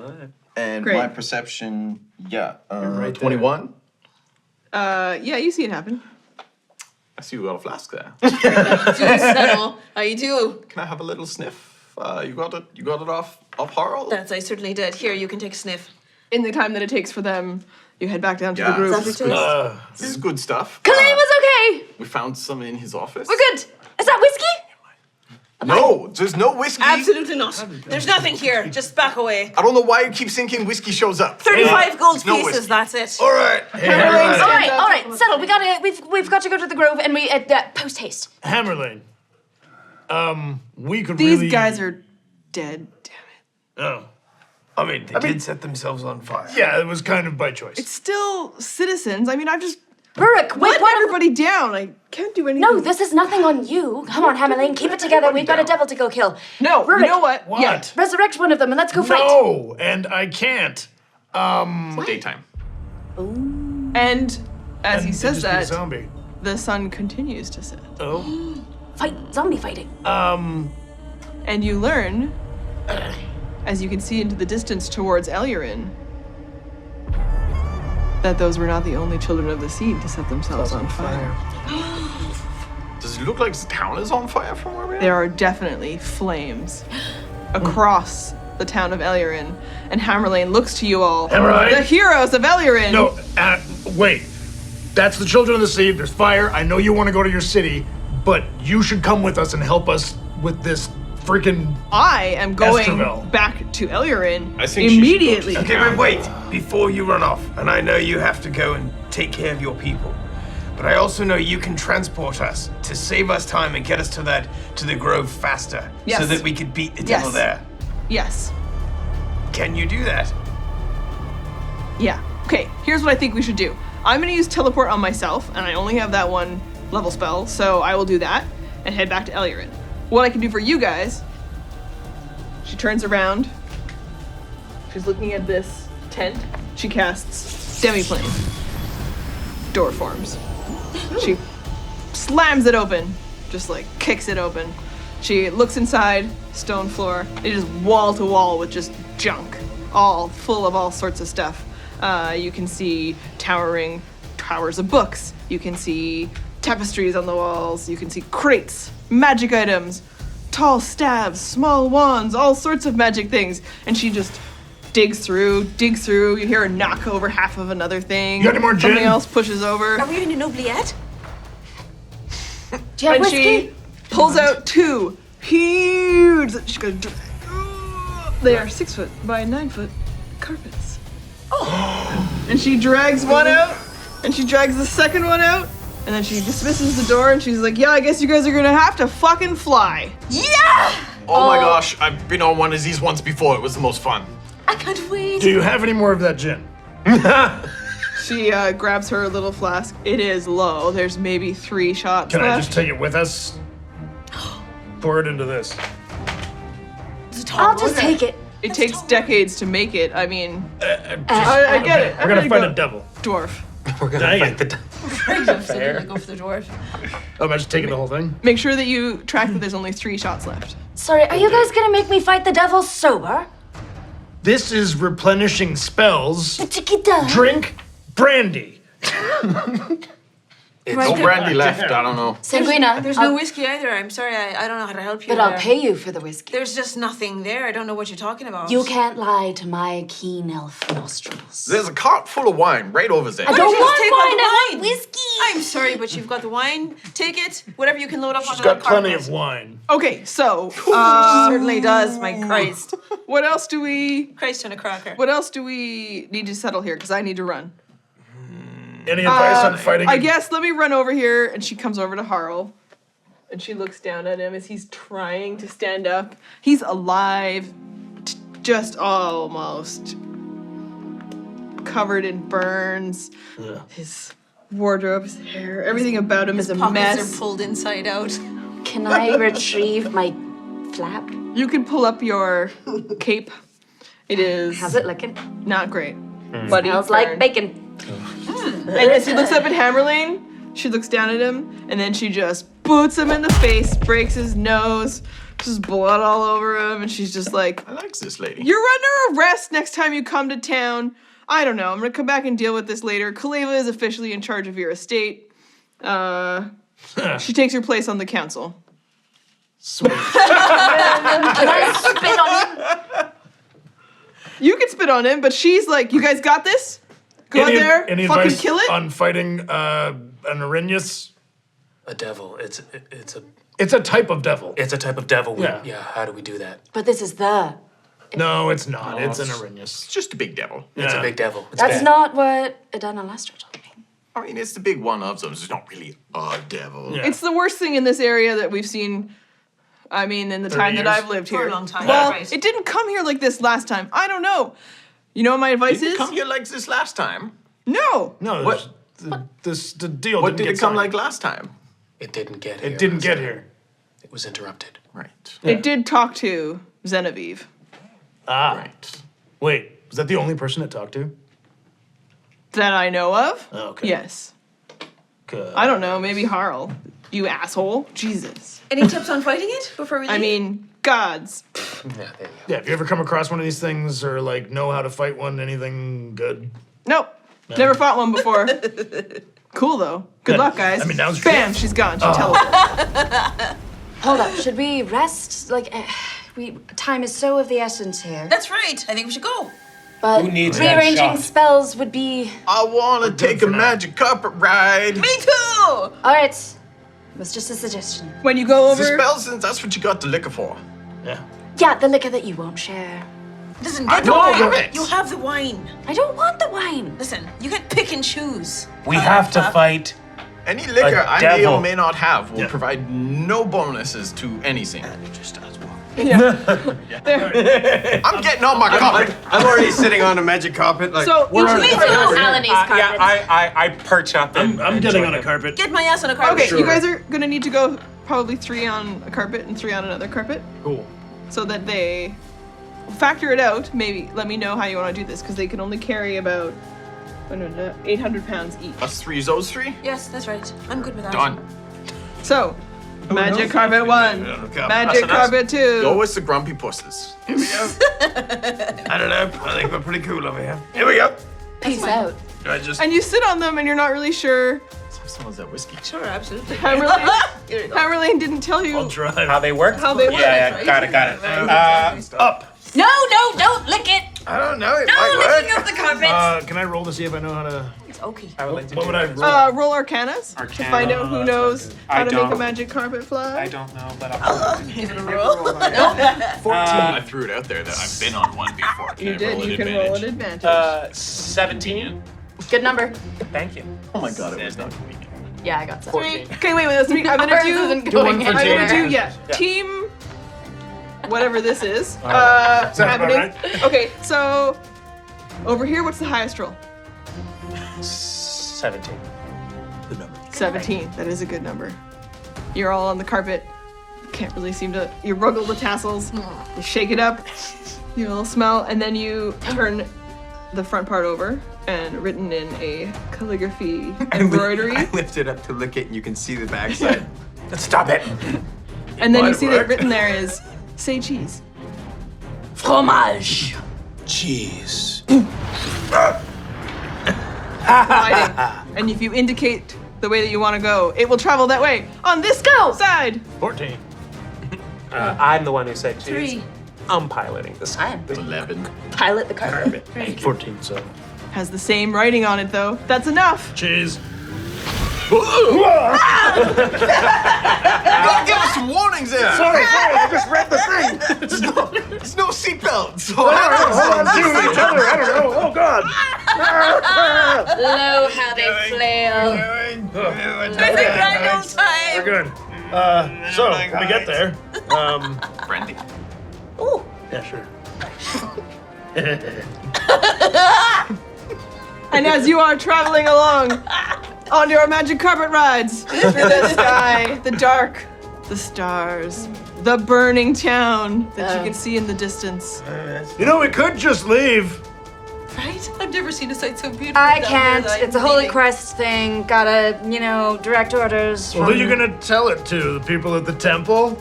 C: and
A: Great.
C: my perception, yeah, uh,
L: right there.
C: twenty-one.
A: Uh, yeah, you see it happen.
C: I see you got a flask there.
F: Do you settle? How you do?
C: Can I have a little sniff? Uh, you got it. You got it off off Harl.
F: That's I certainly did. Here, you can take a sniff.
A: In the time that it takes for them, you head back down to
C: Yeah.
A: the group.
F: Is that the taste?
C: This is good stuff.
K: Kalei
C: Uh,
K: was okay.
C: we found some in his office.
K: We're good. Is that whiskey?
C: No, there's no whiskey.
F: Absolutely not. There's nothing here. Just back away.
C: I don't know why you keep thinking whiskey shows up.
F: Thirty-five gold
C: no
F: pieces.
C: whiskey. Oh.
F: That's it.
M: All right.
K: All right, all right, settle. We gotta, we've, we've got to go to the Grove, and we uh, uh, post haste.
L: Hammerlane. Um, we could
A: These
L: really.
A: guys are dead. Damn it.
L: Oh.
M: I mean, they did set themselves on fire.
L: Yeah, it was kind of by choice.
A: It's still citizens. I mean, I've just
K: Rurik, wait,
A: let
K: what?
A: everybody down. I can't do anything.
K: No, this is nothing on you. Come on, Hammerlane, keep it together. We've got a devil to go kill.
A: No,
K: Rurik,
A: you know what?
L: what?
A: Yeah.
K: Resurrect one of them, and let's go fight.
L: No, and I can't. Um,
C: Daytime.
A: And as he
L: and
A: says
L: just be a
A: that,
L: zombie.
A: the sun continues to set.
L: Oh.
K: Fight zombie fighting.
L: Um.
A: And you learn, as you can see into the distance towards Elurin, that those were not the only children of the seed to set themselves on fire.
C: Does it look like the town is on fire from where we are?
A: There are definitely flames across the town of Elurin, and Hammerlane looks to you all,
L: Hammerlane?
A: the heroes of Elurin.
L: No. Uh, wait. That's the children of the sea. There's fire. I know you want to go to your city, but you should come with us and help us with this freaking.
A: I am going
L: Estrovel.
A: back to Elurin
C: I think she should go to
A: immediately.
M: Okay, but wait, before you run off, and I know you have to go and take care of your people, but I also know you can transport us to save us time and get us to that to the grove faster, so
A: Yes.
M: that we could beat the
A: Yes.
M: devil there.
A: Yes.
M: Can you do that?
A: Yeah. Okay, here's what I think we should do. I'm gonna use teleport on myself, and I only have that one level spell, so I will do that and head back to Elirin. What I can do for you guys, she turns around, she's looking at this tent, she casts Demiplane. Door forms. She slams it open, just like kicks it open. She looks inside, stone floor. It is wall to wall with just junk, all full of all sorts of stuff. Uh, you can see towering t- towers of books. You can see tapestries on the walls. You can see crates, magic items, tall staves, small wands, all sorts of magic things. And she just digs through, digs through. You hear her knock over half of another thing.
E: You got any more
A: Something
E: gin?
A: else pushes over.
F: Are we in an oubliette?
D: Do you have
A: and
D: whiskey?
A: she pulls out two huge. She's gonna. dr- They are six foot by nine foot carpets. Oh. and she drags one out, and she drags the second one out, and then she dismisses the door, and she's like, "Yeah, I guess you guys are gonna have to fucking fly."
C: Oh my gosh, I've been on one of these once before. It was the most fun.
F: I can't wait.
E: Do you have any more of that gin?
A: She uh, grabs her little flask. It is low. There's maybe three shots
E: Can I
A: left.
E: just take it with us? Pour it into this.
D: I'll just take it.
A: it takes decades to make it. I mean,
E: Uh,
A: I, I get it.
E: We're gonna
A: I'm
E: find
A: go-
E: a double.
A: dwarf.
B: We're gonna
E: Dang
B: fight
E: it.
B: the. d-
F: Fair. Go for the dwarf.
E: Oh, am I just taking the whole thing?
A: Make sure that you track that there's only three shots left.
D: Sorry, are you guys gonna make me fight the devil sober?
E: This is replenishing spells.
D: Chiquita.
E: Drink brandy.
C: No brandy left. I don't know.
D: Sanguina.
F: There's
D: I'll-
F: no whiskey either. I'm sorry. I, I don't know how to help you.
D: But I'll
F: there.
D: pay you for the whiskey.
F: There's just nothing there. I don't know what you're talking about.
D: You can't lie to my keen elf nostrils.
C: There's a cart full of wine right over there.
D: I don't
F: just
D: want
F: take
D: wine,
F: my
D: I want
F: wine.
D: whiskey.
F: I'm sorry, but you've got the wine. Take it. Whatever you can load up on
E: She's got plenty of wine.
A: Okay, so um,
F: She certainly does, my Christ.
A: What else do we?
F: Christ on a cracker.
A: What else do we need to settle here? Because I need to run.
E: Any advice on fighting?
A: uh, I guess let me run over here, and she comes over to Harl, and she looks down at him as he's trying to stand up. He's alive, t- just almost covered in burns. His wardrobe, his hair, everything about him is a
F: Pockets
A: mess.
F: are pulled inside out.
D: Can I retrieve my flap?
A: you can pull up your cape. It is
D: How's it looking?
A: not great. But he
D: Smells
A: burned.
D: like bacon.
A: And as he looks up at Hammerlane, she looks down at him, and then she just boots him in the face, breaks his nose, just blood all over him, and she's just like,
C: I like this lady.
A: You're under arrest next time you come to town. I don't know. I'm gonna come back and deal with this later. Kaleva is officially in charge of your estate. Uh, she takes her place on the council.
D: Spit on it.
A: You can spit on him, but she's like, You guys got this? Go out
E: any,
A: there,
E: any
A: fucking
E: advice
A: kill it.
E: on fighting uh, an Arrhenius?
B: A devil. It's it's a
E: It's a type of devil.
B: it's a type of devil. We-
E: Yeah.
B: yeah. How do we do that?
D: But this is the.
E: no, it's not. it's an Arrhenius.
C: It's just a big devil.
B: It's
E: Yeah.
B: a big devil. It's
D: That's
B: bad.
D: not what Adana Lastro told me.
C: I mean, it's the big one of them. It's not really a devil.
E: Yeah.
A: It's the worst thing in this area that we've seen. I mean, in the time that
E: years?
A: I've lived here.
F: For a long time.
A: Well,
F: Christ.
A: it didn't come here like this last time. I don't know. You know what my advice
C: Did it
A: is?
C: come here like this last time?
A: No.
E: no,
C: What-
E: what? The, this the deal. didn't
C: What did
E: get
C: it come
E: signed.
C: like last time?
B: It didn't get here.
E: It didn't
B: last
E: get
B: time.
E: here.
B: It was interrupted.
C: Right.
A: It did talk to Genevieve.
E: Ah,
C: Right.
E: wait. Was that the only person it talked to?
A: That I know of?
E: Oh, okay.
A: Yes.
E: Good.
A: I don't know. Maybe Harl. You asshole. Jesus.
F: Any tips on fighting it before we leave?
A: I mean, gods.
B: Yeah, there you go.
E: Yeah, have you ever come across one of these things or like know how to fight one? Anything good?
A: Nope. Never fought one before. cool, though. Good luck, guys.
E: I mean, now's your
A: Bam! She's gone. She
E: Oh.
A: teleported.
D: Hold up. Should we rest? Like, eh, we time is so of the essence here.
F: That's right. I think we should go.
D: But
I: Who needs that
D: rearranging
I: shot?
D: spells would be.
C: I wanna take a magic carpet ride.
F: Me too.
D: All right. It was just a suggestion.
A: when you go
C: The
A: over.
C: spell since that's what you got the liquor for.
E: Yeah.
D: Yeah, the liquor that you won't share.
F: Listen, get the
C: don't
F: wine.
C: have it.
F: You have the wine.
D: I don't want the wine.
F: Listen, you can pick and choose.
I: We have to fight.
C: Any liquor
I: A
C: I may
I: devil.
C: or may not have will
E: Yeah.
C: provide no bonuses to anything. I'm getting on my carpet.
L: I'm already sitting on a magic carpet. Like,
A: So each of
F: Me
A: you-
F: too.
D: Alanis
I: Uh, yeah, I, I I perch up.
E: I'm,
I: And,
E: I'm
I: and
E: getting
I: join
E: on a
I: him.
E: carpet.
F: Get my ass on a car.
A: Okay, you guys are gonna need to go probably three on a carpet and three on another carpet,
E: Cool.
A: so that they factor it out. Maybe let me know how you want to do this because they can only carry about eight hundred pounds each.
C: Us three, those three.
F: Yes, that's right. I'm good with that.
C: Done.
A: So, magic carpet one, magic
C: That's enough.
A: carpet two.
C: Yo, it's the grumpy pusses.
L: I don't know. I think we're pretty cool over here. Here we go.
D: Peace out.
K: Do I just
A: and you sit on them and you're not really sure.
C: Some of that whiskey.
F: Sure, absolutely.
A: Tamerlane, Tamerlane didn't tell you
I: How they work?
A: how they work.
I: yeah, yeah, got it, got it. Uh,
L: Up.
F: No, no, don't lick it.
L: I don't know. It
F: No
L: might
F: licking
L: work.
F: up the carpet.
E: Uh, can I roll to see if I know how to?
F: it's okay.
I: I would like to
E: What
I: do
E: would I
I: that.
E: roll?
A: Uh, roll Arcanas to
I: Arcana,
A: find out who knows
I: I
A: how to make a
I: don't.
A: magic carpet fly.
I: I don't know, but I'll
F: Give it a roll.
C: I threw it out there that I've been on one before. Can
A: You
C: I
A: did. You can roll an advantage.
I: uh, 17.
D: Good number.
I: Thank you.
C: Oh my god, it was not convenient.
D: Yeah, I got that.
I: 14.
A: okay, wait, wait. Let's me. I'm gonna
D: Ours
A: do.
D: isn't going
A: I'm gonna
D: anywhere.
A: do. Yeah, team. Whatever this is. Uh,
E: Sounds about
A: happening. Okay, so over here, what's the highest roll?
I: 17.
A: Seventeen. That is a good number. You're all on the carpet. Can't really seem to. You wriggle the tassels. You shake it up. You all smell, and then you turn the front part over, and written in a calligraphy embroidery.
L: I lift it up to lick it, and you can see the backside.
I: Stop it.
A: And then you
L: Might
A: see that
L: work.
A: written there is say cheese.
F: Fromage.
I: Jeez.
A: Gliding. and if you indicate the way that you want to go, it will travel that way on this skull side.
E: Fourteen.
I: Uh, I'm the one who said cheese.
F: Three.
I: I'm piloting this.
D: I am
C: Eleven.
D: pilot the carpet.
E: Fourteen. So.
A: Has the same writing on it though. That's enough.
E: Cheese.
L: God, give us some warnings there.
E: Sorry, sorry. I just read the thing.
L: There's no, there's no seatbelts.
E: Hold on to Oh, each other. I don't know. Oh God.
F: Hello, how they flail.
L: Doing-
E: We're good. Uh, so when we get there, um,
C: Brandy.
E: yeah, sure.
A: And as you are traveling along on your magic carpet rides through the sky, the dark, the stars, the burning town that you can see in the distance.
E: You know, we could just leave.
F: Right? I've never seen a sight so beautiful.
D: I
F: down there
D: can't.
F: that I'm
D: It's a holy
F: leaving.
D: crest thing. Gotta, you know, direct orders.
E: Well, who are you
D: from-
E: gonna tell it to? The people at the temple?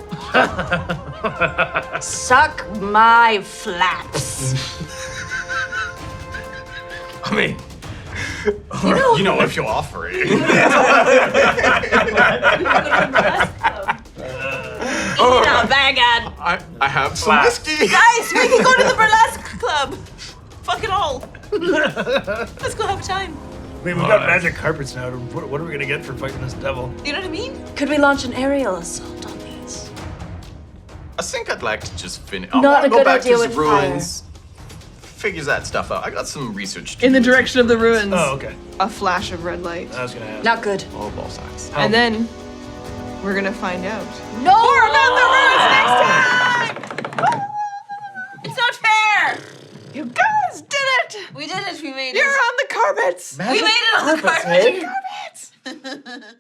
D: suck my flaps?
L: I mean,
C: You know if you offer it.
F: Oh, my God.
C: I, I have some whiskey.
F: Guys, we can go to the burlesque club. Fuck it all. Let's go have a time.
E: I mean, we've got magic carpets now. What, what are we gonna get for fighting this devil?
F: You know what I mean?
D: Could we launch an aerial assault on these?
C: I think I'd like to just finish. I
D: Not
C: wanna
D: a
C: go
D: good
C: back
D: idea
C: to the
D: with
C: ruins. Figures that stuff out. I got some research to
A: In the
C: do.
A: direction of the ruins,
E: Oh, okay.
A: a flash of red light.
E: I was gonna ask.
D: Not good.
C: Oh, ball sacks.
A: And then we're gonna find out.
D: No. More about the
F: It's not fair.
A: You guys did it!
F: We did it. We made
A: You're
F: it.
A: on the carpets!
F: We made it on the carpet.